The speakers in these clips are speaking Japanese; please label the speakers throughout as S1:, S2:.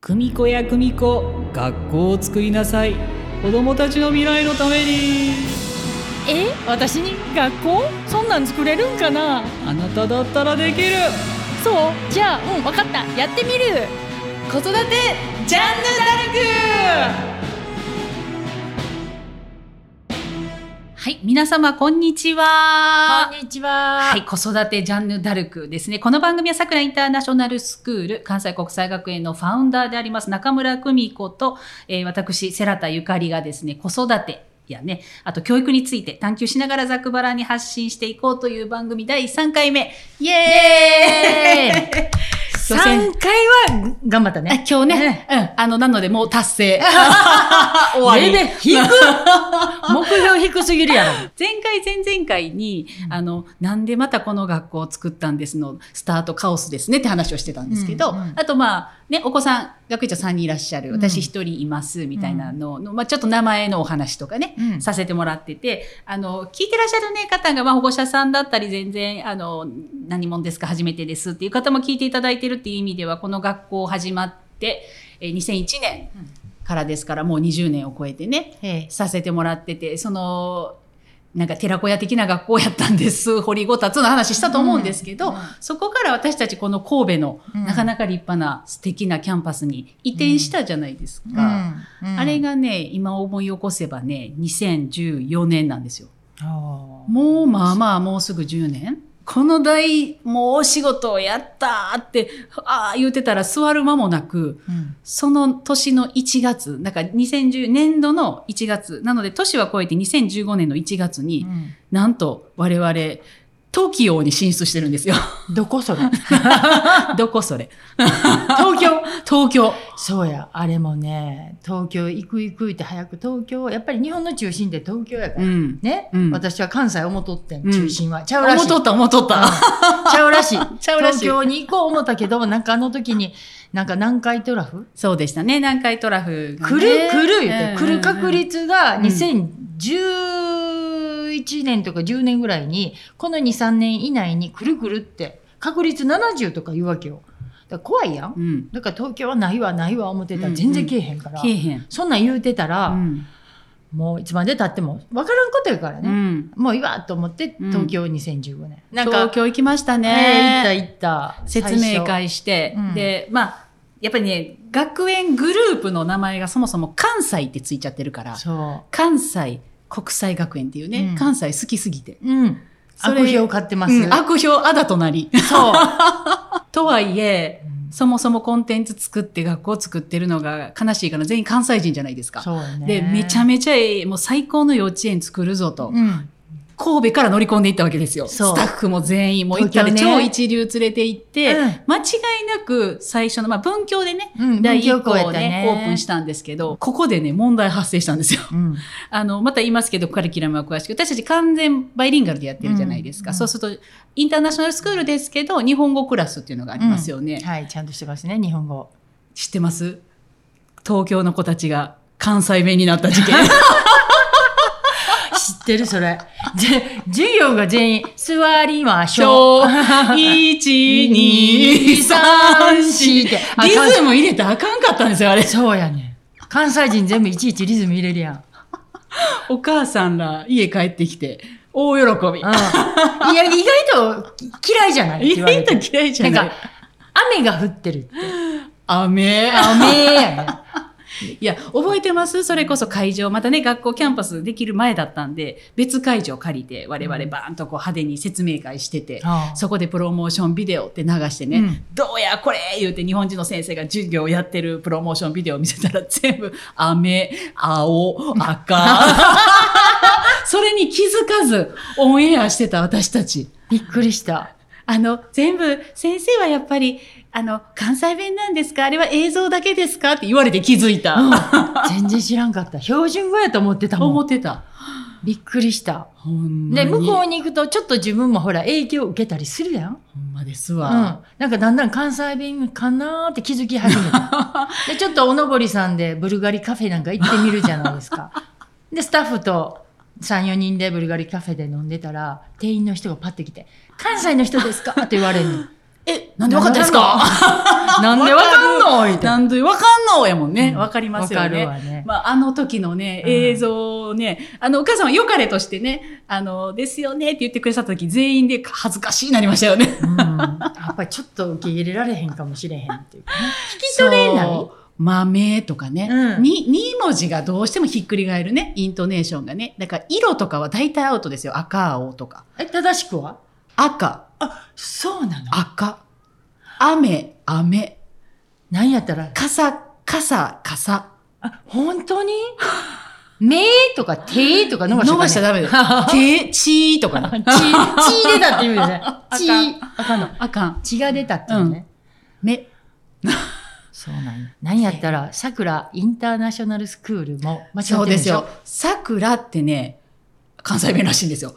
S1: 組子や組子学校を作りなさい子供たちの未来のために
S2: え私に学校そんなん作れるんかな
S1: あなただったらできる
S2: そうじゃあうん分かったやってみる
S3: 子育てジャンヌダルク
S4: はい、皆様こんにちは。
S3: こんにちは。
S4: はい、子育てジャンヌ・ダルクですね。この番組は桜インターナショナルスクール関西国際学園のファウンダーであります中村久美子と、えー私、セラタゆかりがですね、子育てやね、あと教育について探求しながらざくばらに発信していこうという番組第3回目。イエーイ
S3: 三回は頑張ったね。
S4: 今日ね、うん、あの、なのでもう達成。 終
S3: レベル低っ目標低すぎるやろ。
S4: 前回前々回に、あのなんでまたこの学校を作ったんですのスタートカオスですねって話をしてたんですけど、
S3: うんうん
S4: あとまあねお子さん学長さんにいらっしゃる
S3: うん
S4: 私一人いますみたいなのの、まあ、ちょっと名前のお話とかね、
S3: うん
S4: させてもらっててあの聞いてらっしゃる、ね、方が、まあ、保護者さんだったり全然あの何者ですか初めてですっていう方も聞いていただいてるっていう意味ではこの学校始まってえー2001年からですからもう20年を超えてね
S3: え
S4: させてもらっててそのなんか寺子屋的な学校やったんです 堀ごたつの話したと思うんですけど、
S3: うんうん
S4: そこから私たちこの神戸の
S3: うん
S4: なかなか立派な素敵なキャンパスに移転したじゃないですか、あれ
S3: が、
S4: がね今思い起こせばね2014年なんですよ
S3: も
S4: もうまあまあもうすぐ10年この大もうお仕事をやったーってああ言ってたら座る間もなく
S3: うん、
S4: その年の1月、なんか2010年度の1月、なので年は超えて2015年の1月に、なんと我々、東京に進出してるんですよ。
S3: どこそれ
S4: どこそれ。
S3: 東京
S4: 東京。
S3: そうや、あれもね、東京行く行くって早く東京、やっぱり日本の中心って東京やから。
S4: うん。
S3: ね、
S4: うん
S3: 私は関西思っとって
S4: うん
S3: ん、中心は。ちゃうらしい。
S4: 思っとった、思っとっ
S3: う
S4: た。
S3: ん ちゃうらしい。
S4: ちゃうらしい
S3: 東京に行こう思ったけど、なんかあの時に、なんか南海トラフ
S4: そうでしたね、南海トラフがね、
S3: 来る来る言って、
S4: うん
S3: 来る確。率が
S4: うん
S3: 2011年とか10年ぐらいに、この2、3年以内に来る来るって、確率70とか言うわけよ。だから怖いやん。
S4: うん。
S3: だから東京はないわないわ思ってた
S4: うん
S3: ら全然来えへんから。
S4: 来えへん。
S3: そんなん言うてたら、
S4: うん。
S3: もういつまで経ってもわからんことやから
S4: う
S3: ね。
S4: ん。
S3: もういいわと思って、
S4: うん
S3: 東京2015年。なんか
S4: 東、京行きました
S3: ね
S4: ね。
S3: え行った行った。
S4: 説明
S3: 最初。
S4: 会して、
S3: うん
S4: で、まあ、やっぱりね、学園グループの名前がそもそも関西ってついちゃってるから、
S3: そ
S4: 関西国際学園っていうね、
S3: うん
S4: 関西好きすぎて。
S3: う。うん。
S4: それ
S3: 悪評買ってます。
S4: うん悪評あだとな り。
S3: そう。
S4: とはいえ、そもそもコンテンツ作って学校作ってるのが悲しいから全員関西人じゃないですか。
S3: そうやね。
S4: で、めちゃ
S3: め
S4: めちゃええ、もう最高の幼稚園作るぞと、
S3: うん。
S4: 神戸から乗り込んでいったわけですよ。ス
S3: そう
S4: タッフも全員、もう一家で
S3: 東京
S4: 超
S3: ね
S4: 一流連れて行って、
S3: うん
S4: 間違いなく最初の、まあ文教でね、
S3: うん、
S4: 第
S3: 文京
S4: 1校
S3: 区やっ
S4: を
S3: た
S4: ね、オープンし。たんですけど、ここでね、問題発生したんですよ。
S3: うん。
S4: あの、また言いますけど、カリキュラムは詳しく、私たち完全バイリンガルでやってるじゃないですか。
S3: うん
S4: そうすると、インターナショナルスクールですけど、日本語クラスっていうのがありますよね。
S3: はい、ちゃんとしてますね、日本語。
S4: 知ってます東京の子たちが関西弁になった 事件。
S3: 知ってる、そ れ。で、授業が全員、座りましょう。
S4: 小1、2、3、4
S3: って。あ
S4: リ
S3: かん
S4: ズム入れてあかんかったんですよ、あれ。
S3: そうやね。関西人全部いちいちリズム入れるやん。
S4: お母さんら家帰ってきて、大喜び。
S3: うん。いや、意外と嫌いじゃないって
S4: 意
S3: 言われ
S4: 外
S3: て
S4: と嫌いじゃ
S3: な
S4: なんい
S3: か。、雨が降ってるって。
S4: 雨。
S3: 雨やね。
S4: いや、覚えてますそれこそ会場、またね、学校キャンパスできる前だったんで、別会場借りて、我々バーンとこう派手に説明会してて、
S3: ああ
S4: そこでプロモーションビデオって流してね、
S3: うん
S4: どうやこれ言うて日本人の先生が授業やってるプロモーションビデオ見せたら全部、雨、青、 赤。それに気づかず、オンエアしてた私たち。
S3: びっくりした。
S4: あの、全部、先生はやっぱり、あの、関西弁なんですかあれは映像だけですかって言われて気づいた。
S3: 全然知らんかった。標準語やと思ってたも
S4: 思
S3: ん。
S4: ってた。
S3: びっくりした。
S4: ほんま
S3: で、
S4: に。
S3: 向こうに行くと、ちょっと自分もほら、影響を受けたりするやん。
S4: ほんまです
S3: うん。
S4: わ。
S3: なんかだんだん関西弁かなーって気づき 始めた。で、ちょっとおのぼりさんでブルガリカフェなんか行ってみるじゃないですか。 で、スタッフと3、4人でブルガリカフェで飲んでたら、店員の人がパッて来て、関西の人ですかって言われるの。
S4: え、なんでわかったんですか
S3: なんでわかんのみたい
S4: な
S3: なん
S4: でわかんのやもんね。
S3: うん
S4: わかります
S3: わか
S4: よ
S3: る
S4: ね。
S3: わね。
S4: まあ、あの時のね、
S3: うん
S4: 映像をね、あの、お母さんは良かれとしてね、あの、ですよねって言ってくださった時、全員で恥ずかしいなりました よね。
S3: うん、やっぱりちょっと受け入れられへんかもしれへんっていうかね。
S4: 聞
S3: き取れない
S4: 豆とかね、
S3: うん
S4: に、2文字がどうしてもひっくり返るね、イントネーションがね。だから、色とかは大体アウトですよ。赤、青とか。
S3: え、正しくは
S4: 赤、
S3: そうなの
S4: 赤。雨、雨。
S3: なんやったら、
S4: 傘、傘、傘。
S3: 本当に目とか手とか伸ばしちゃ
S4: 伸ばしちゃダメだよ。 手、血とかね。
S3: 血、血出たって意味でね。
S4: かん
S3: 血、あかんの。
S4: あかん。
S3: 血が出たっていうね。
S4: 目。
S3: そうなんや。なんやったら、さくらインターナショナルスクールも間違って
S4: そう
S3: る
S4: で
S3: ですしょ
S4: よ。。桜ってね、関西弁らしいんですよ。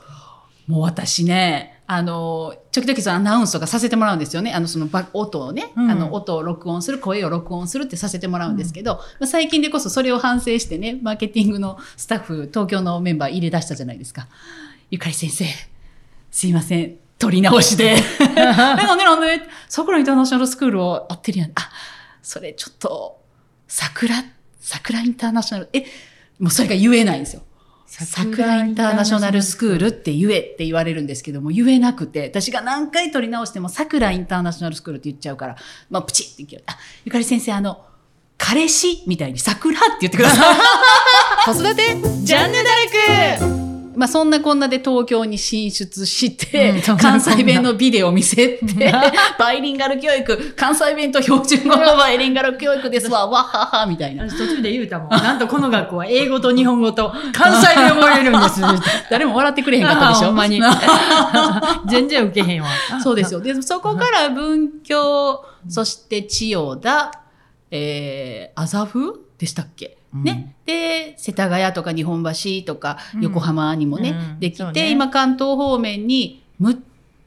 S4: もう私ね、あの、時々そのアナウンスとかさせてもらうんですよね。あの、そのば音をね、
S3: うん
S4: あの、音を録音する、声を録音するってさせてもらうんですけど、まあ最近でこそそれを反省してね、マーケティングのスタッフ、東京のメンバー入れ出したじゃないですか。ゆかり先生、すいません、取り直しで。なんでなんで、桜インターナショナルスクールを合ってるやん。あ、それちょっと、桜、桜インターナショナル、え、もうそれが言えないんですよ。桜インターナショナルスクールって言えって言われるんですけども、言えなくて、私が何回取り直しても桜インターナショナルスクールって言っちゃうから、まあ、プチって言うあ、ゆかり先生、あの、彼氏みたいに桜って言ってください。
S2: 子育てジャンヌダルク
S4: まあそんなこんなで東京に進出して、
S3: うんそんなこんな
S4: 関西弁のビデオを見せて、バイリンガル教育、関西弁と標準語のバイリンガル教育ですわ、わはは、みたいな。
S3: 途中で言うたもん。なんとこの学校は英語と日本語と関西弁を覚えれるんです。
S4: 誰も笑ってくれへんかったでしょ
S3: ほんまに。 全然受けへんわ。
S4: そうですよ。で、そこから文教、そして千代田、えー、麻布でしたっけ、
S3: うん
S4: ね。で、世田谷とか日本橋とか
S3: うん
S4: 横浜にもね、
S3: うん
S4: でき
S3: そう
S4: て、
S3: ね
S4: 今関東方面に6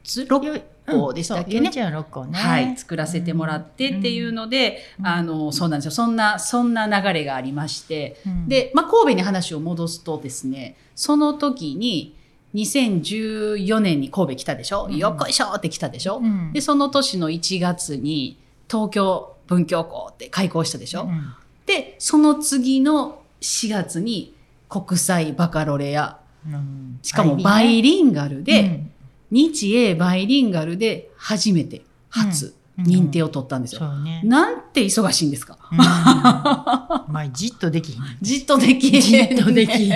S4: つ、6校でしたっけね。
S3: 幼稚園6校ね。
S4: はい、作らせてもらってっていうので、
S3: うん
S4: あの、そうなんですよ。そんな、そんな流れがありまして、
S3: うん、
S4: で、まあ、神戸に話を戻すとですね、その時に、2014年に神戸来たでしょ、
S3: うん
S4: よっこいしょって来たでしょ、
S3: うん、
S4: で、その年の1月に、東京文京校って開校したでしょ、
S3: うん
S4: で、その次の4月に、国際バカロレア、
S3: うん
S4: しかもバイリンガルで、
S3: うん
S4: 日英バイリンガルで初めて、初、認定
S3: を。
S4: を取ったんですよ。
S3: そうね。
S4: なんて忙しいんですか
S3: うんまあ、じっとできひん。
S4: じっとできへん
S3: じっとできひ ん。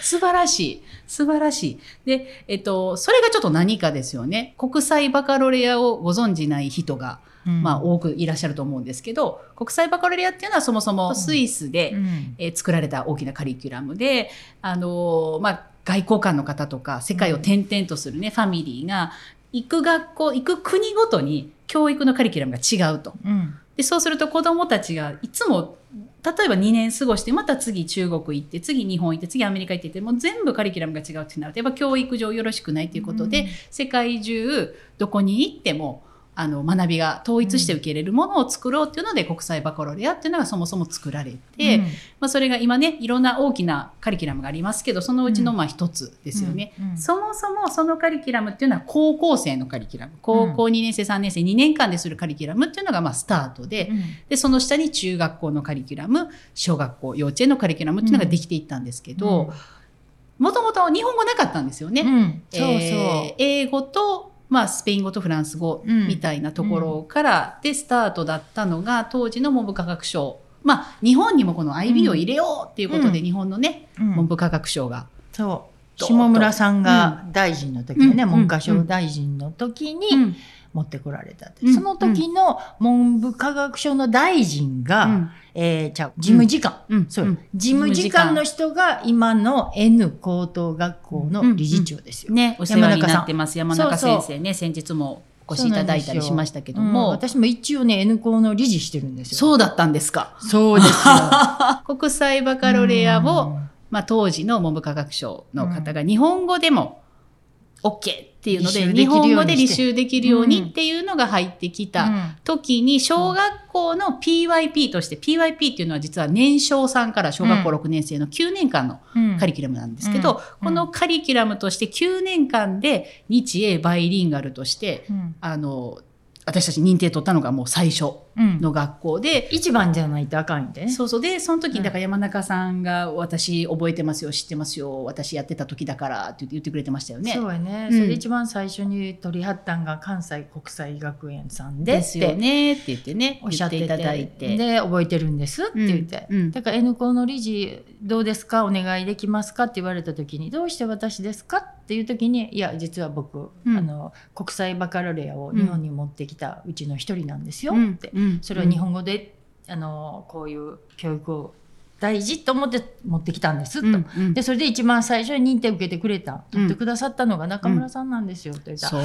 S4: 素晴らしい。素晴らしい。で、えっと、それがちょっと何かですよね。国際バカロレアをご存じない人が、
S3: うん
S4: まあ、多くいらっしゃると思うんですけど、国際バカロレアっていうのはそもそもスイスで、
S3: うん
S4: えー作られた大きなカリキュラムで、あのーまあ、外交官の方とか、世界を転々とするね、ファミリーが、行く学校、行く国ごとに教育のカリキュラムが違うと。
S3: うん
S4: でそうすると子どもたちがいつも例えば2年過ごしてまた次中国行って次日本行って次アメリカ行ってってもう全部カリキュラムが違うってなるとやっぱ教育上よろしくないということで、
S3: うん
S4: 世界中どこに行ってもあの学びが統一して受け入れるものを作ろうっていうので、国際バカロレアっていうのがそもそも作られて、
S3: うん
S4: まあ、それが今ねいろんな大きなカリキュラムがありますけどそのうちのまあ一つですよね。
S3: うん
S4: そもそもそのカリキュラムっていうのは高校生のカリキュラム高校2年生3年生2年間でするカリキュラムっていうのがまあスタートで、
S3: うん
S4: でその下に中学校のカリキュラム小学校幼稚園のカリキュラムっていうのができていったんですけどもともと日本語なかったんですよね。
S3: うんそうそう。
S4: えー英語と、まあ、スペイン語とフランス語
S3: うん
S4: みたいなところからでスタートだったのが当時の文部科学省、まあ、日本にもこの IB を入れようっていうことで
S3: う
S4: 日本のね、
S3: うん
S4: 文部科学省が
S3: そう
S4: どう
S3: 下村さんが大臣の時のね、
S4: うん
S3: 文科省大臣の時に持ってこられたって、
S4: うん
S3: その時の文部科学省の大臣が、
S4: うん
S3: えー、ちゃう事務次官、
S4: うん
S3: そう
S4: う
S3: よ
S4: ん
S3: 事務次官の人が今の N 高等学校の理事長ですよ。
S4: ね、お世話になってます山中
S3: 中さん
S4: 先生ね先日もお越しいただいたりしましたけど
S3: うん
S4: もそう
S3: 私も一応ね N 高の理事してるんですよ。
S4: だったんですか
S3: そうですよ。
S4: 国際バカロレア
S3: う
S4: を、
S3: ん
S4: まあ、当時の文部科学省の方が日本語でも OK っていうので
S3: 履修できるよう
S4: 日
S3: にして
S4: 本語で履修できるようにっていうのが入ってきた時に小学校の PYP として PYP っていうのは実は年少さんから小学校
S3: うん
S4: 6年生の9年間の
S3: うん
S4: カリキュラムなんですけ
S3: う
S4: ど、
S3: ん
S4: このカリキュラムとして9年間で日英バイリンガルとして
S3: うん
S4: あの私たち認定取ったのがもう最初
S3: うん
S4: の学校で、
S3: 一番じゃないとあかんよね。
S4: そうそうでその時
S3: うん
S4: だから山中さんが「私覚えてますよ知ってますよ私やってた時だから」って言って言ってくれてましたよね。
S3: そうやね、
S4: うん
S3: それ一番最初に取り張ったんが関西国際学園さんで
S4: で
S3: っ
S4: すよ
S3: て
S4: ねって言ってね
S3: おっしゃってて
S4: 言っていただいて。
S3: で覚えてるんですって言って、
S4: うんうん
S3: だから N 校の理事どうですかお願いできますかって言われた時にどうして私ですかっていう時にいや実は僕、
S4: うん
S3: あの国際バカロレアを日本に持ってきたうちの一人なんですよ
S4: うん
S3: って、
S4: うん
S3: それは日本語で、あのこういう教育を大事と思って持ってきたんですと。
S4: うんうん
S3: でそれで一番最初に認定受けてくれた
S4: うん
S3: 取ってくださったのが中村さんなんですよって言ったら、
S4: そう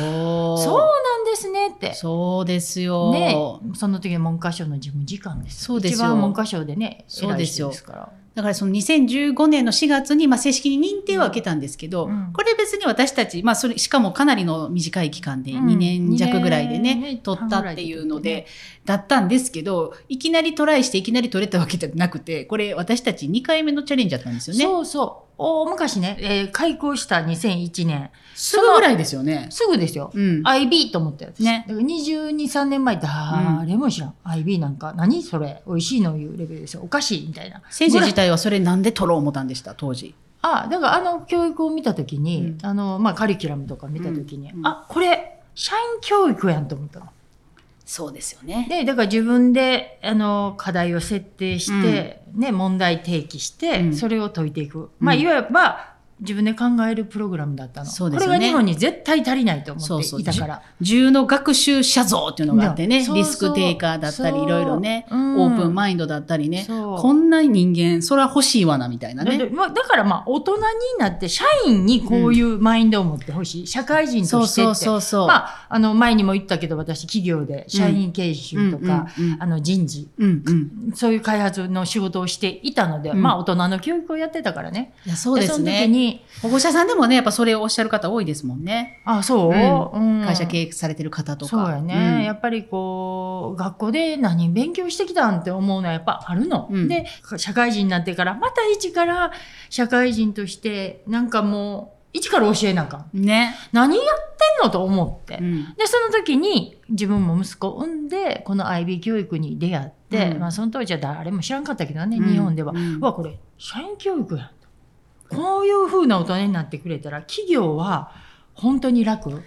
S3: そうなんですねって
S4: そうですよ、
S3: ねその時は文科省の事務次官です
S4: そうですよ
S3: 一番文科省でね
S4: そうですよ
S3: 偉い人ですから
S4: だからその2015年の4月に、まあ、正式に認定は受けたんですけど、
S3: うん
S4: これ別に私たち、まあ、それしかもかなりの短い期間で
S3: うん
S4: 2年弱ぐらいでね,、
S3: 二年
S4: 取ったっていうの
S3: 半ぐら
S4: で、
S3: いで
S4: だったんですけどいきなりトライしていきなり取れたわけじゃなくてこれ私たち2回目のチャレンジだったんですよね。
S3: そうそう大昔ね、えー開校した2001年
S4: すぐぐらいですよね。
S3: すぐですよ、
S4: うん、
S3: IB と思ったやつ
S4: ね
S3: だから223年前誰も知らん、IB なんか何それ美味しいのいうレベルですよおかしいみたいな
S4: 先生自体はそれなんで取ろう思ったんでした当時。
S3: あだからあの教育を見た時に、
S4: うん
S3: あのまあ、カリキュラムとか見た時に、
S4: うんうん
S3: あこれ社員教育やんと思ったの。
S4: そうですよね。
S3: でだから自分であの課題を設定して、ね、問題提起して、
S4: うん
S3: それを解いていく、まあ、
S4: うん
S3: いわば自分で考えるプログラムだったの、
S4: そうで
S3: こ
S4: す
S3: れが
S4: よね
S3: 日本に絶対足りないと
S4: そ
S3: 思
S4: う
S3: っ
S4: そ
S3: て
S4: う
S3: いたから。
S4: 重の学習者像っていうのがあってね
S3: そうそう
S4: リスクテイカーだったり
S3: そう
S4: いろいろね、
S3: うん
S4: オープンマインドだったりね
S3: そう
S4: こんな人間それは欲しいわなみたいな
S3: だ
S4: ね
S3: だまあだからまあ大人になって社員にこういうマインドを持ってほしい、社会人
S4: そ
S3: と
S4: う
S3: してって
S4: そうそうそう、
S3: まあ、あの前にも言ったけど私企業で社員研修とか、
S4: うんうん
S3: あの人事
S4: うんうん
S3: そういう開発の仕事をしていたので、
S4: うん
S3: まあ大人の教育をやってたからね。
S4: いやそうです
S3: その時
S4: ね
S3: に、
S4: 保護者さんでもねやっぱそれをおっしゃる方多いですもんね、
S3: あ、そう、
S4: うん
S3: うん
S4: 会社経営されてる方とか
S3: そうやね、やっぱりこう学校で何勉強してきたんって思うのはやっぱあるの、
S4: うん
S3: で社会人になってからまた一から社会人としてなんかもう一から教えなあかん
S4: うんね、
S3: 何やってんのと思って、
S4: うん
S3: でその時に自分も息子を産んでこの IB 教育に出会って、
S4: うん
S3: まあ、その当時は誰も知らんかったけどね、日本では、
S4: う
S3: うんわこれ社員教育やんとこういうふうな大人になってくれたら企業は本当に楽そう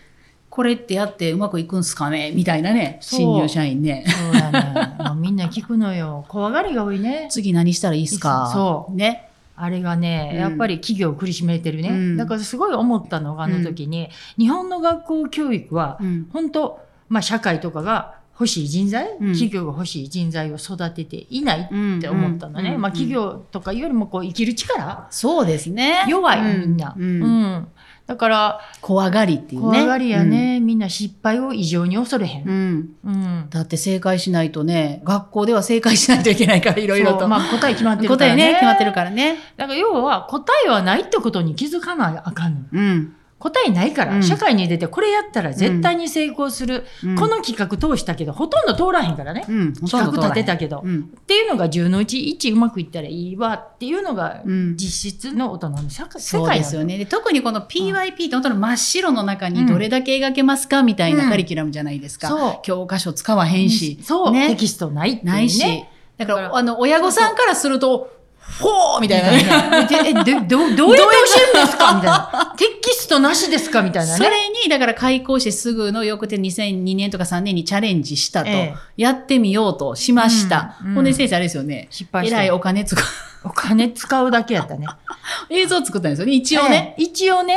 S4: これってやってうまくいくんすかねみたいなね
S3: そう
S4: 新入社員ね
S3: や ねもうみんな聞くのよ怖がりが多いね
S4: 次何したらいいっすか
S3: そう
S4: ね
S3: あれがね、
S4: うん
S3: やっぱり企業を苦しめてるね、
S4: うん
S3: だからすごい思ったのがあの時に、日本の学校教育は
S4: うん
S3: 本当、まあ、社会とかが欲しい人材、企業が欲しい人材を育てていないって思ったのね、
S4: うんうん
S3: まあ、企業とかよりもこう生きる力
S4: そうですね
S3: 弱い、
S4: う
S3: みんな、
S4: う
S3: うんだから
S4: 怖がりっていうね
S3: 怖がりやね、みんな失敗を異常に恐れへ、
S4: うんん、うん
S3: うん
S4: だって正解しないとね学校では正解しないといけないからいろいろ
S3: そ
S4: と、
S3: うまあ、答え決まってるか
S4: 答
S3: ら
S4: え
S3: ね
S4: ね決まってるからね
S3: だから要は答えはないってことに気づかなあかんの
S4: うん、
S3: 答えないから、
S4: うん
S3: 社会に出てこれやったら絶対に成功する、
S4: うん
S3: こ、の企画通したけどほとんど通らへんからね、
S4: うん、
S3: 企画立てたけど
S4: う、ん
S3: っていうのが10のうち1うまくいったらいいわっていうのが
S4: うん
S3: 実質の大人の社会世
S4: そう
S3: 界
S4: で
S3: な
S4: す
S3: の
S4: よねで特にこの PYP って本当の真っ白の中にどれだけ描けますかみたいなカリキュラムじゃないですか、
S3: そう
S4: 教科書使わへんし、
S3: そう、
S4: ね
S3: テキストないっていうね
S4: な いし、だからあの親御さんからするとほーみ
S3: み
S4: たいな
S3: たい
S4: ね
S3: な えでえどどどうやって教えるんですかみたいなテキストなしですかみたいな
S4: そ
S3: ね
S4: れにだから開校してすぐのよくて2002年とか3年にチャレンジしたと、
S3: ええ
S4: やってみようとしました、
S3: うんうん
S4: ほんで先生あれですよね
S3: 失
S4: え
S3: 敗し
S4: らい
S3: た
S4: お金使う
S3: お金使うだけやったね
S4: 映像作ったんですよね 一応ね、
S3: ええ一応ね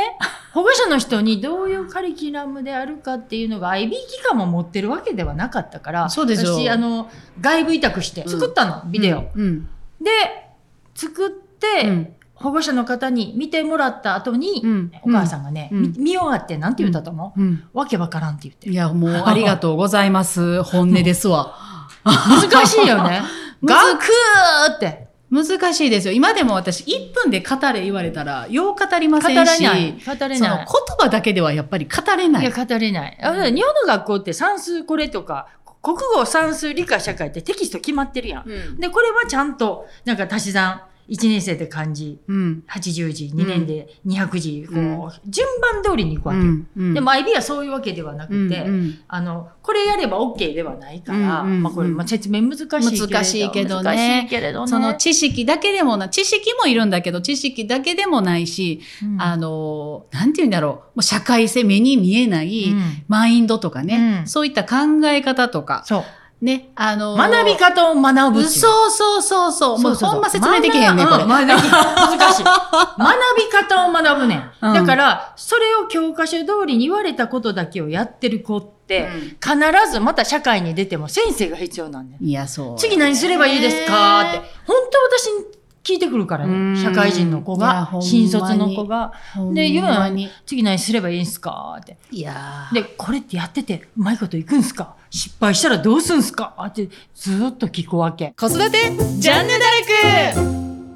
S3: 保護者の人にどういうカリキュラムであるかっていうのが IB 機関も持ってるわけではなかったから
S4: そうですよ
S3: 私あの外部委託して作ったの、ビデオ、
S4: うん
S3: で作って、
S4: うん
S3: 保護者の方に見てもらった後に、
S4: うん
S3: お母さんがね、
S4: うん
S3: み見終わってなんて言ったと思う、
S4: うん
S3: わけわからんって言って
S4: いやもうありがとうござ います本音ですわ
S3: 難しいよね
S4: 難
S3: 学って
S4: 難しいですよ。今でも私、1分で語れ言われたら、よう語りま
S3: 語
S4: せ
S3: れ
S4: んし、
S3: ない。語れ
S4: その
S3: な
S4: 言
S3: い。
S4: 葉だけではやっぱり語れない
S3: や、
S4: い。
S3: 語れない。あだから日本の学校って算数これとか、国語算数理科社会ってテキスト決まってるやん。
S4: うん
S3: で、これはちゃんと、なんか足し算、1年生で漢字、
S4: うん。
S3: 80字、2年で200字、こう、順番通りに行くわ
S4: う
S3: け。
S4: ん。うん
S3: でも、IB はそういうわけではな
S4: うん
S3: くて、
S4: うん
S3: あの、これやれば OK ではないから、
S4: うんうんうん
S3: まあこれ、まあ、説明難しいけれど
S4: 難しいけどね
S3: 難しいけれどね。
S4: その知識だけでもな、知識もいるんだけど、知識だけでもないし、
S3: うん
S4: あの、なんて言うんだろう、もう社会性、目に見えない、
S3: うん
S4: マインドとかね、
S3: うん
S4: そういった考え方とか、
S3: そう。
S4: ね、あの
S3: 学び方を学ぶっていう。
S4: そうそうそうそう。もう
S3: そうそうそう
S4: ほんま説明できへんね、
S3: 学
S4: これ。
S3: うん学び難しい。学び方を学ぶねん。
S4: うん
S3: だから、それを教科書通りに言われたことだけをやってる子って、必ずまた社会に出ても先生が必要なんねん。
S4: いや、そう。
S3: 次何すればいいですかって
S4: ね。
S3: 本当私に聞いてくるから
S4: うん
S3: ね。社会人の子
S4: いや
S3: が
S4: ほん、まに
S3: 新卒の子が。で、言うの
S4: に。
S3: に、次何すればいいんすかって。
S4: いやー
S3: で、これってやってて、うまいこといくんすか失敗したらどうすんすかって、ずーっと聞くわけ。
S2: 子育てジャンヌダルク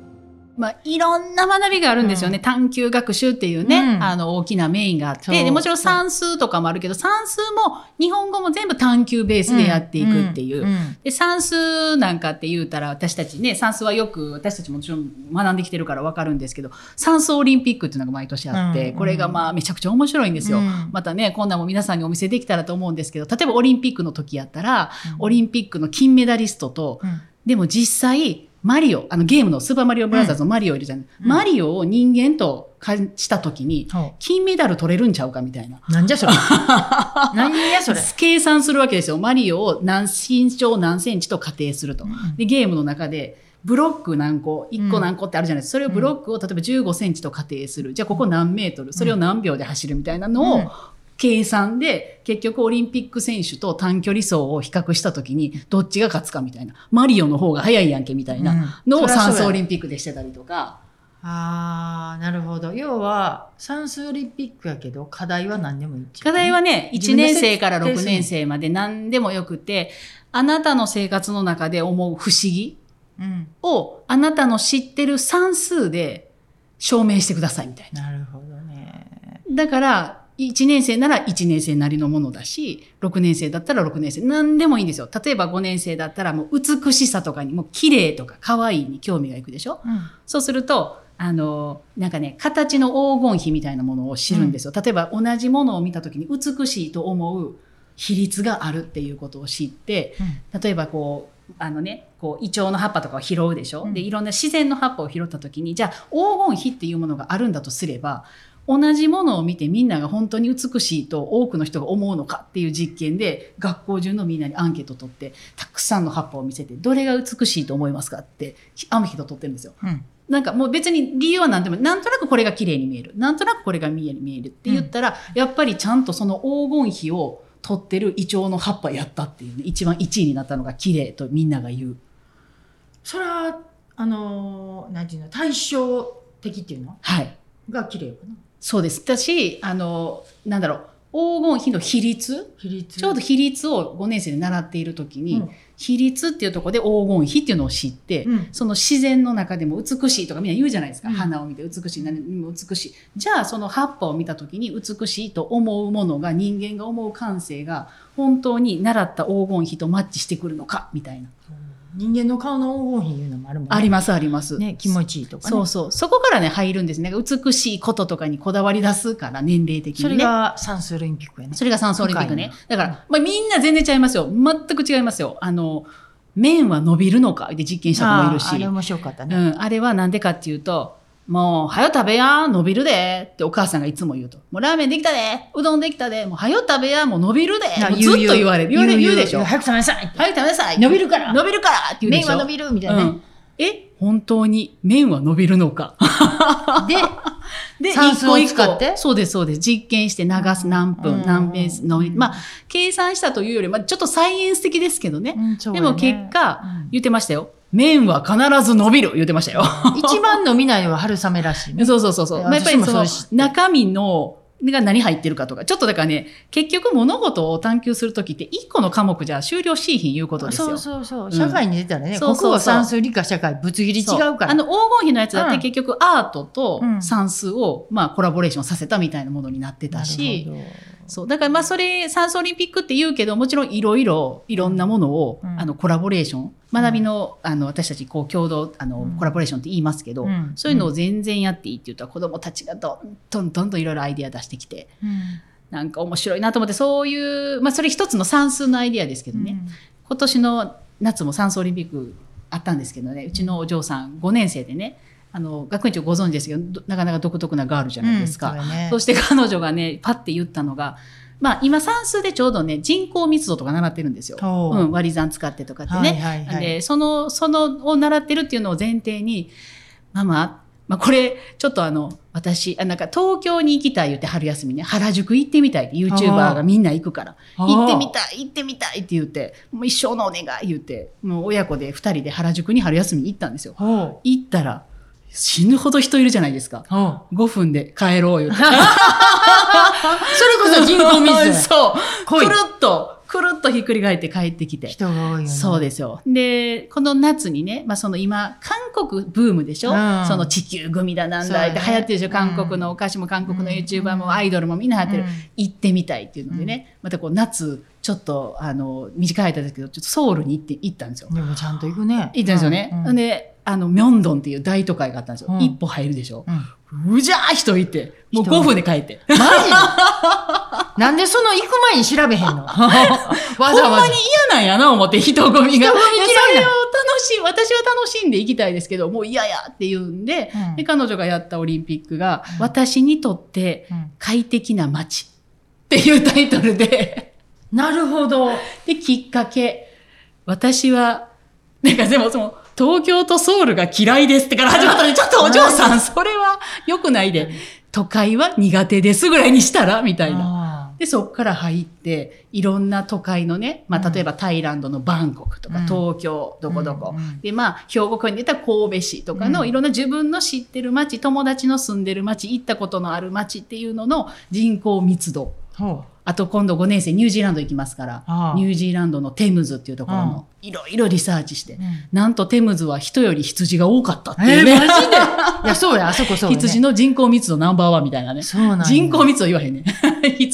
S4: まあ、いろんな学びがあるんですよね。探究学習っていうね、
S3: うん
S4: あの、大きなメインがあっ
S3: そう
S4: て、でもちろん算数とかもあるけど、算数も日本語も全部探究ベースでやっていくっていう。
S3: んん
S4: で算数なんかって言うたら私たちね算数はよく私たちもちろん学んできてるから分かるんですけど算数オリンピックっていうのが毎年あって、
S3: うん
S4: これがまあめちゃくちゃ面白いんですよ。
S3: うん
S4: またねこんなんも皆さんにお見せできたらと思うんですけど例えばオリンピックの時やったらオリンピックの金メダリストと
S3: うん
S4: でも実際マリオあのゲームの「スーパーマリオブラザーズ」のマリオいるじゃない、
S3: うん
S4: マリオを人間と感じた時に
S3: ほ
S4: 金メダル取れるんちゃうかみたいな。
S3: うなんじゃ それ。なんやそれ。
S4: 計算するわけですよ。マリオを何身長何センチと仮定すると。
S3: うん
S4: でゲームの中でブロック何個1個何個ってあるじゃないですか、それをブロックを例えば1 5センチと仮定するじゃあここ何メートルそれを何秒で走るみたいなの
S3: う
S4: を
S3: ん
S4: 計算で結局オリンピック選手と短距離走を比較した時にどっちが勝つかみたいなマリオの方が速いやんけみたいなの
S3: う
S4: を
S3: んそりゃそうや
S4: 算数オリンピックでしてたりとか。
S3: ああ、なるほど。要は、算数オリンピックやけど、課題は何でもいい。
S4: 課題はね、
S3: 自分
S4: 1
S3: で
S4: 年
S3: 設定
S4: 生から6
S3: する
S4: 年生まで何でもよくて、あなたの生活の中で思う不思議
S3: うん。
S4: を、あなたの知ってる算数で証明してくださいみたいな。
S3: なるほどね。
S4: だから、1年生なら1年生なりのものだし、6年生だったら6年生。何でもいいんですよ。例えば5年生だったらもう美しさとかに、もう綺麗とか可愛いに興味がいくでしょ
S3: うん。
S4: そうすると、あの、なんかね、形の黄金比みたいなものを知るんですよ。例えば同じものを見た時に美しいと思う比率があるっていうことを知って、例えばこうあのねこうイチョウの葉っぱとかを拾うでしょ、
S3: うん
S4: でいろんな自然の葉っぱを拾った時にじゃあ黄金比っていうものがあるんだとすれば同じものを見てみんなが本当に美しいと多くの人が思うのかっていう実験で学校中のみんなにアンケートを取ってたくさんの葉っぱを見せてどれが美しいと思いますかってアンケートを取ってるんですよ。
S3: うん。
S4: なんかもう別に理由は何でもなんとなくこれが綺麗に見えるなんとなくこれが見える見えるって言ったら、やっぱりちゃんとその黄金比を取ってるイチョウの葉っぱやったっていうね一番1位になったのが綺麗とみんなが言う
S3: それは、あのー、なんていうの、対照的っていうの
S4: はい
S3: が綺麗かな。
S4: そうですだしあのなんだろう黄金比の比率
S3: 比率。
S4: ちょうど比率を5年生で習っている時に、
S3: うん
S4: 比率っていうところで黄金比っていうのを知って、
S3: うん
S4: その自然の中でも美しいとかみんな言うじゃないですか、
S3: うん
S4: 花を見て美しい何も美しいじゃあその葉っぱを見た時に美しいと思うものが人間が思う感性が本当に習った黄金比とマッチしてくるのかみたいな、
S3: 人間の顔の黄金比いうのもあるもん
S4: ありますあります、
S3: ね。気持ちいいとかね。
S4: そうそうそこからね入るんですね美しいこととかにこだわり出すから年齢的
S3: そ
S4: に
S3: れ
S4: ね
S3: が算数オリンピックやね。
S4: それが酸素オリンピックね。だから、まあ、みんな全然違いますよ。全く違いますよ。あの、面は伸びるのかで実験した子もいる
S3: あーあ
S4: し。
S3: れ面白かった
S4: う
S3: ね。
S4: ん、あれはなんでかっていうと、もう、はよ食べや、伸びるで、ってお母さんがいつも言うと。もうラーメンできたで、うどんできたで、もうはよ食べや、もう伸びるで、
S3: な
S4: もうずっと言われる。言われる、言うでしょ。は
S3: 早く食べなさいって
S4: よ食べなさい。
S3: 伸びるから
S4: 伸びるからって言うで
S3: 麺
S4: しょ。
S3: は伸びる みたいなね。
S4: うんえ、本当に麺は伸びるのか。
S3: で、
S4: で、
S3: 算
S4: 一
S3: 数を
S4: 個
S3: 使
S4: 一個
S3: って
S4: そうです、そうです。実験して流す何
S3: うん
S4: 分、何ペースの、
S3: うん
S4: まあ、計算したというより、まあ、ちょっとサイエンス的ですけどね。
S3: うんそう
S4: で
S3: やね
S4: も結果、
S3: うん
S4: 言ってましたよ。麺は必ず伸びる言ってましたよ。
S3: 一番飲みないのは春雨らしいね。
S4: そうそうそうそう。
S3: いや
S4: まあやっぱり
S3: 私も
S4: そ
S3: そ
S4: の
S3: れ知って
S4: 中身のが何入ってるかとか、ちょっとだからね、結局物事を探求するときって、一個の科目じゃ終了しいひんいうことですよ。
S3: そうそうそ
S4: ん
S3: う。社会に出たらね、
S4: そうそうそう
S3: 国語、算数、理科、社会、ぶつ切り違
S4: そう
S3: うから。
S4: あの、黄金比のやつだっ
S3: う
S4: て
S3: ん
S4: 結局アートと
S3: うん
S4: 算数を、まあ、コラボレーションさせたみたいなものになってたし、そう。だからまあ、それ、サンスオリンピックって言うけど、もちろんいろいろ、いろんなものを、
S3: うん
S4: あの、コラボレーション、学びの、あの、私たち、こう、共同、あの、
S3: うん
S4: コラボレーションって言いますけど、
S3: うん
S4: そういうのを全然やっていいって言ったら、子供たちがどんどんどんどんいろいろアイデア出してきて、なんか面白いなと思って、そういう、まあ、それ一つの算数のアイデアですけどね。今年の夏も三層オリンピックあったんですけどねうちのお嬢さん5年生でねあの学園長ご存知ですけどどなかなか独特なガールじゃないですか、
S3: そ
S4: そして彼女がねパッて言ったのが、まあ、今算数でちょうどね人口密度とか習ってるんですよ、
S3: ほう
S4: うん、割り算使ってとかってね、
S3: はいはいはい
S4: でそのそのを習ってるっていうのを前提にママまあ、これ、ちょっとあの、私、あなんか東京に行きたい言って春休みね、原宿行ってみたいって、YouTuber がみんな行くから。行ってみたい行ってみたいって言ってもう一生のお願い言ってもう親子で2人で原宿に春休みに行ったんですよ
S3: ほ
S4: 行ったら死ぬほど人いるじゃないですか
S3: う。ほう。
S4: 5分で帰ろう言って
S3: それこそ人口密度。
S4: そう
S3: 濃
S4: く
S3: い
S4: るっとくるっとひっくり返って帰ってきて
S3: 人が多いよね。
S4: そうですよでこの夏にね、まあ、その今韓国ブームでしょ、
S3: うん
S4: その地球グミだなんだって
S3: そうだね
S4: 流行ってるでしょ、
S3: うん
S4: 韓国のお菓子も韓国の
S3: うん
S4: YouTuber もアイドルもみんな流行ってる、
S3: うん
S4: 行ってみたいっていうのでね、またこう夏ちょっとあの短い間ですけどちょっとソウルに行って行ったんですよ、
S3: でもちゃんと行くね。
S4: 行ったんですよね、
S3: うんうん
S4: であのミョンドンっていう大都会があったんですよ、
S3: うん
S4: 一歩入るでしょ
S3: うん
S4: うじゃー人いてもう
S3: 人
S4: 5分で帰って
S3: マジでなんでその行く前に調べへん のわざわざ。
S4: ほんまに嫌なんやな思って人混みが
S3: 人混み
S4: い
S3: 嫌
S4: や
S3: い
S4: そ
S3: な
S4: れを楽しい私は楽しんで行きたいですけどもう嫌やって言うんで,、
S3: うん
S4: で彼女がやったオリンピックが、
S3: うん
S4: 私にとって
S3: うん
S4: 快適な街っていうタイトルで
S3: なるほど。
S4: で、きっかけ。私は、なんかでもその、東京とソウルが嫌いですってから始まったので、ちょっとお嬢さん、それは良くないで、都会は苦手ですぐらいにしたらみたいな。
S3: あ
S4: で、そっから入って、いろんな都会のね、ま
S3: う
S4: あ、
S3: ん
S4: 例えばタイランドのバンコクとか、
S3: うん
S4: 東京、どこどこ。
S3: うんうん
S4: で、まあ、兵庫県で言ったら神戸市とか
S3: う
S4: の、
S3: ん
S4: いろんな自分の知ってる街、友達の住んでる街、行ったことのある街っていうのの人口密度。
S3: ーほう
S4: あと今度5年生ニュージーランド行きますから、
S3: ああ
S4: ニュージーランドのテムズっていうところ
S3: うん
S4: のいろいろリサーチして、
S3: うん
S4: なんとテムズは人より羊が多かったってい
S3: え
S4: う
S3: ー、
S4: ね、
S3: マジでいや、そうや、あそこそうや、ね。
S4: 羊の人口密度ナンバーワンみたいなね。
S3: そうなんや
S4: 人口密度言わへん ね。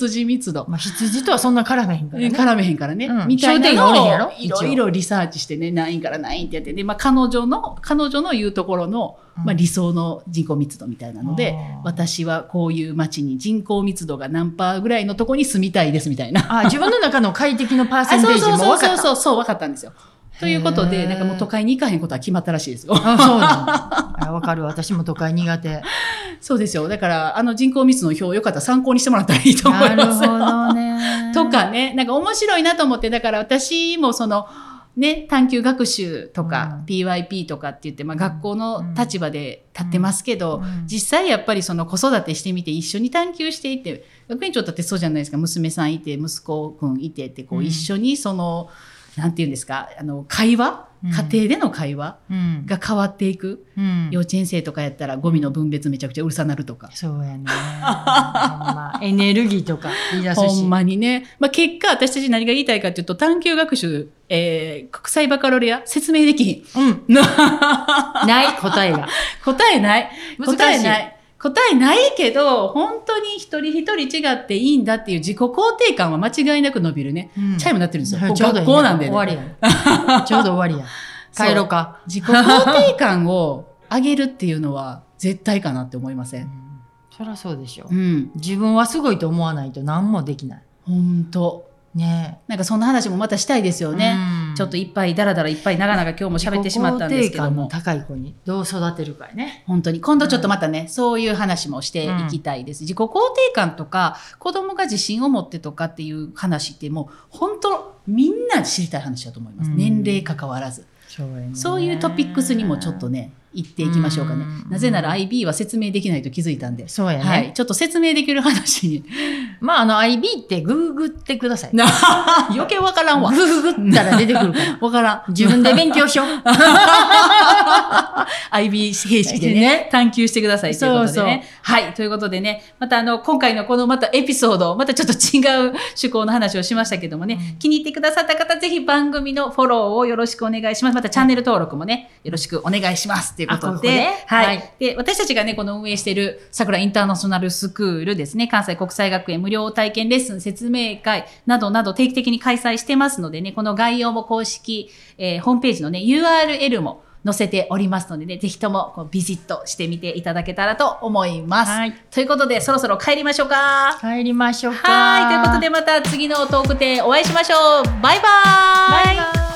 S4: 羊密度。
S3: まあ、羊とはそんな絡めへんからね。
S4: 絡めへんからね。
S3: うん
S4: みたいな
S3: 商店街おれへんや
S4: のを
S3: ろ
S4: い
S3: 一応
S4: ろいろリサーチしてね、何位から何位ってやって、で、まあ彼女の、彼女の言うところの、
S3: うん
S4: まあ理想の人口密度みたいなので
S3: あー、
S4: 私はこういう街に人口密度が何パーぐらいのとこに住みたいですみたいな。
S3: あ、自分の中の快適のパ ーセ
S4: あ
S3: ンテ
S4: そ
S3: ージ
S4: うそ
S3: も
S4: うそう
S3: 分かった。
S4: そうそうそう分かったんですよ。ということでなんかもう都会に行かへんことは決まったらしいですよ。
S3: あ、そうなん だ。あ分かる。私も都会苦手。
S4: そうですよだからあの人口密度の表よかったら参考にしてもらったらいいと思
S3: ない るほ
S4: ます。
S3: ど ね。
S4: とかねなんか面白いなと思ってだから私もそのね、探究学習とか、
S3: うん
S4: PYP とかって言って、まあ、学校の立場で立ってますけど、
S3: うん
S4: 実際やっぱりその子育てしてみて一緒に探究していて学園長だってそうじゃないですか娘さんいて息子くんいてってこ
S3: う
S4: うん一緒にその、なんていうんですかあの会話
S3: うん
S4: 家庭での会話
S3: うん。
S4: が変わっていく、
S3: うん
S4: 幼稚園生とかやったらゴミの分別めちゃくちゃうるさなるとか。
S3: そう やね。ほんまエネルギーとか言い出すし。
S4: ほんまにね。まあ、結果、私たち何が言いたいかというと、探究学習、えー、国際バカロレア、説明できひん。
S3: うん。ない答えが。
S4: 答えない。
S3: 難しい
S4: 答えない。答えないけど、本当に一人一人違っていいんだっていう自己肯定感は間違いなく伸びるね。
S3: うん
S4: チャイム鳴ってるんですよ。
S3: はい
S4: こう
S3: ちょうどい
S4: 学
S3: い
S4: 校なんで、
S3: 終わ
S4: ね。
S3: りや ん。ちょうど終わりや。帰ろうか。
S4: 自己肯定感を上げるっていうのは絶対かなって思いませ。
S3: うんんそりゃそうでしょ
S4: う。ん。
S3: 自分はすごいと思わないと何もできない。
S4: 本当
S3: ね
S4: なんかそんな話もまたしたいですよ
S3: え。
S4: ね。
S3: うん
S4: ちょっといっぱいだらだらいっぱい長々今日も喋ってしまったんですけども
S3: 自己肯定感の高い子にどう育てるかやね。
S4: 本当に今度ちょっとまたね、そういう話もしていきたいです、自己肯定感とか子供が自信を持ってとかっていう話ってもう本当みんな知りたい話だと思います、
S3: うん
S4: 年齢関わらず
S3: そうやね
S4: そういうトピックスにもちょっと。ね行っていきましょうかね、
S3: うん
S4: なぜなら IB は説明できないと気づいたんで、
S3: そうやね。
S4: はい、ちょっと説明できる話に
S3: まあ、あの、IB ってグーグってください。
S4: な 余計わからんわ。
S3: グーグったら出てくるから。
S4: わからん。
S3: 自分で勉強 しよう。
S4: IB 形式でね、
S3: ね
S4: 探求してくださいということで
S3: そう
S4: ね。はい。ということでね、またあの、今回のこのまたエピソード、またちょっと違う趣向の話をしましたけどもね、気に入ってくださった方、ぜひ番組のフォローをよろしくお願いします。またチャンネル登録もね、よろしくお願いします。ということ
S3: あここ
S4: で、
S3: ね
S4: はい、
S3: はい
S4: で、私たちがね、この運営している桜インターナショナルスクールですね、関西国際学園無料体験レッスン説明会などなど定期的に開催してますのでね、この概要も公式、えーホームページのね、URL も載せておりますのでね、ぜひともこうビジットしてみていただけたらと思います。
S3: はい
S4: ということで、そろそろ帰りましょうか。
S3: 帰りましょうか。
S4: はい。ということで、また次のトークでお会いしましょう。バイバーイ。
S3: バイバイ。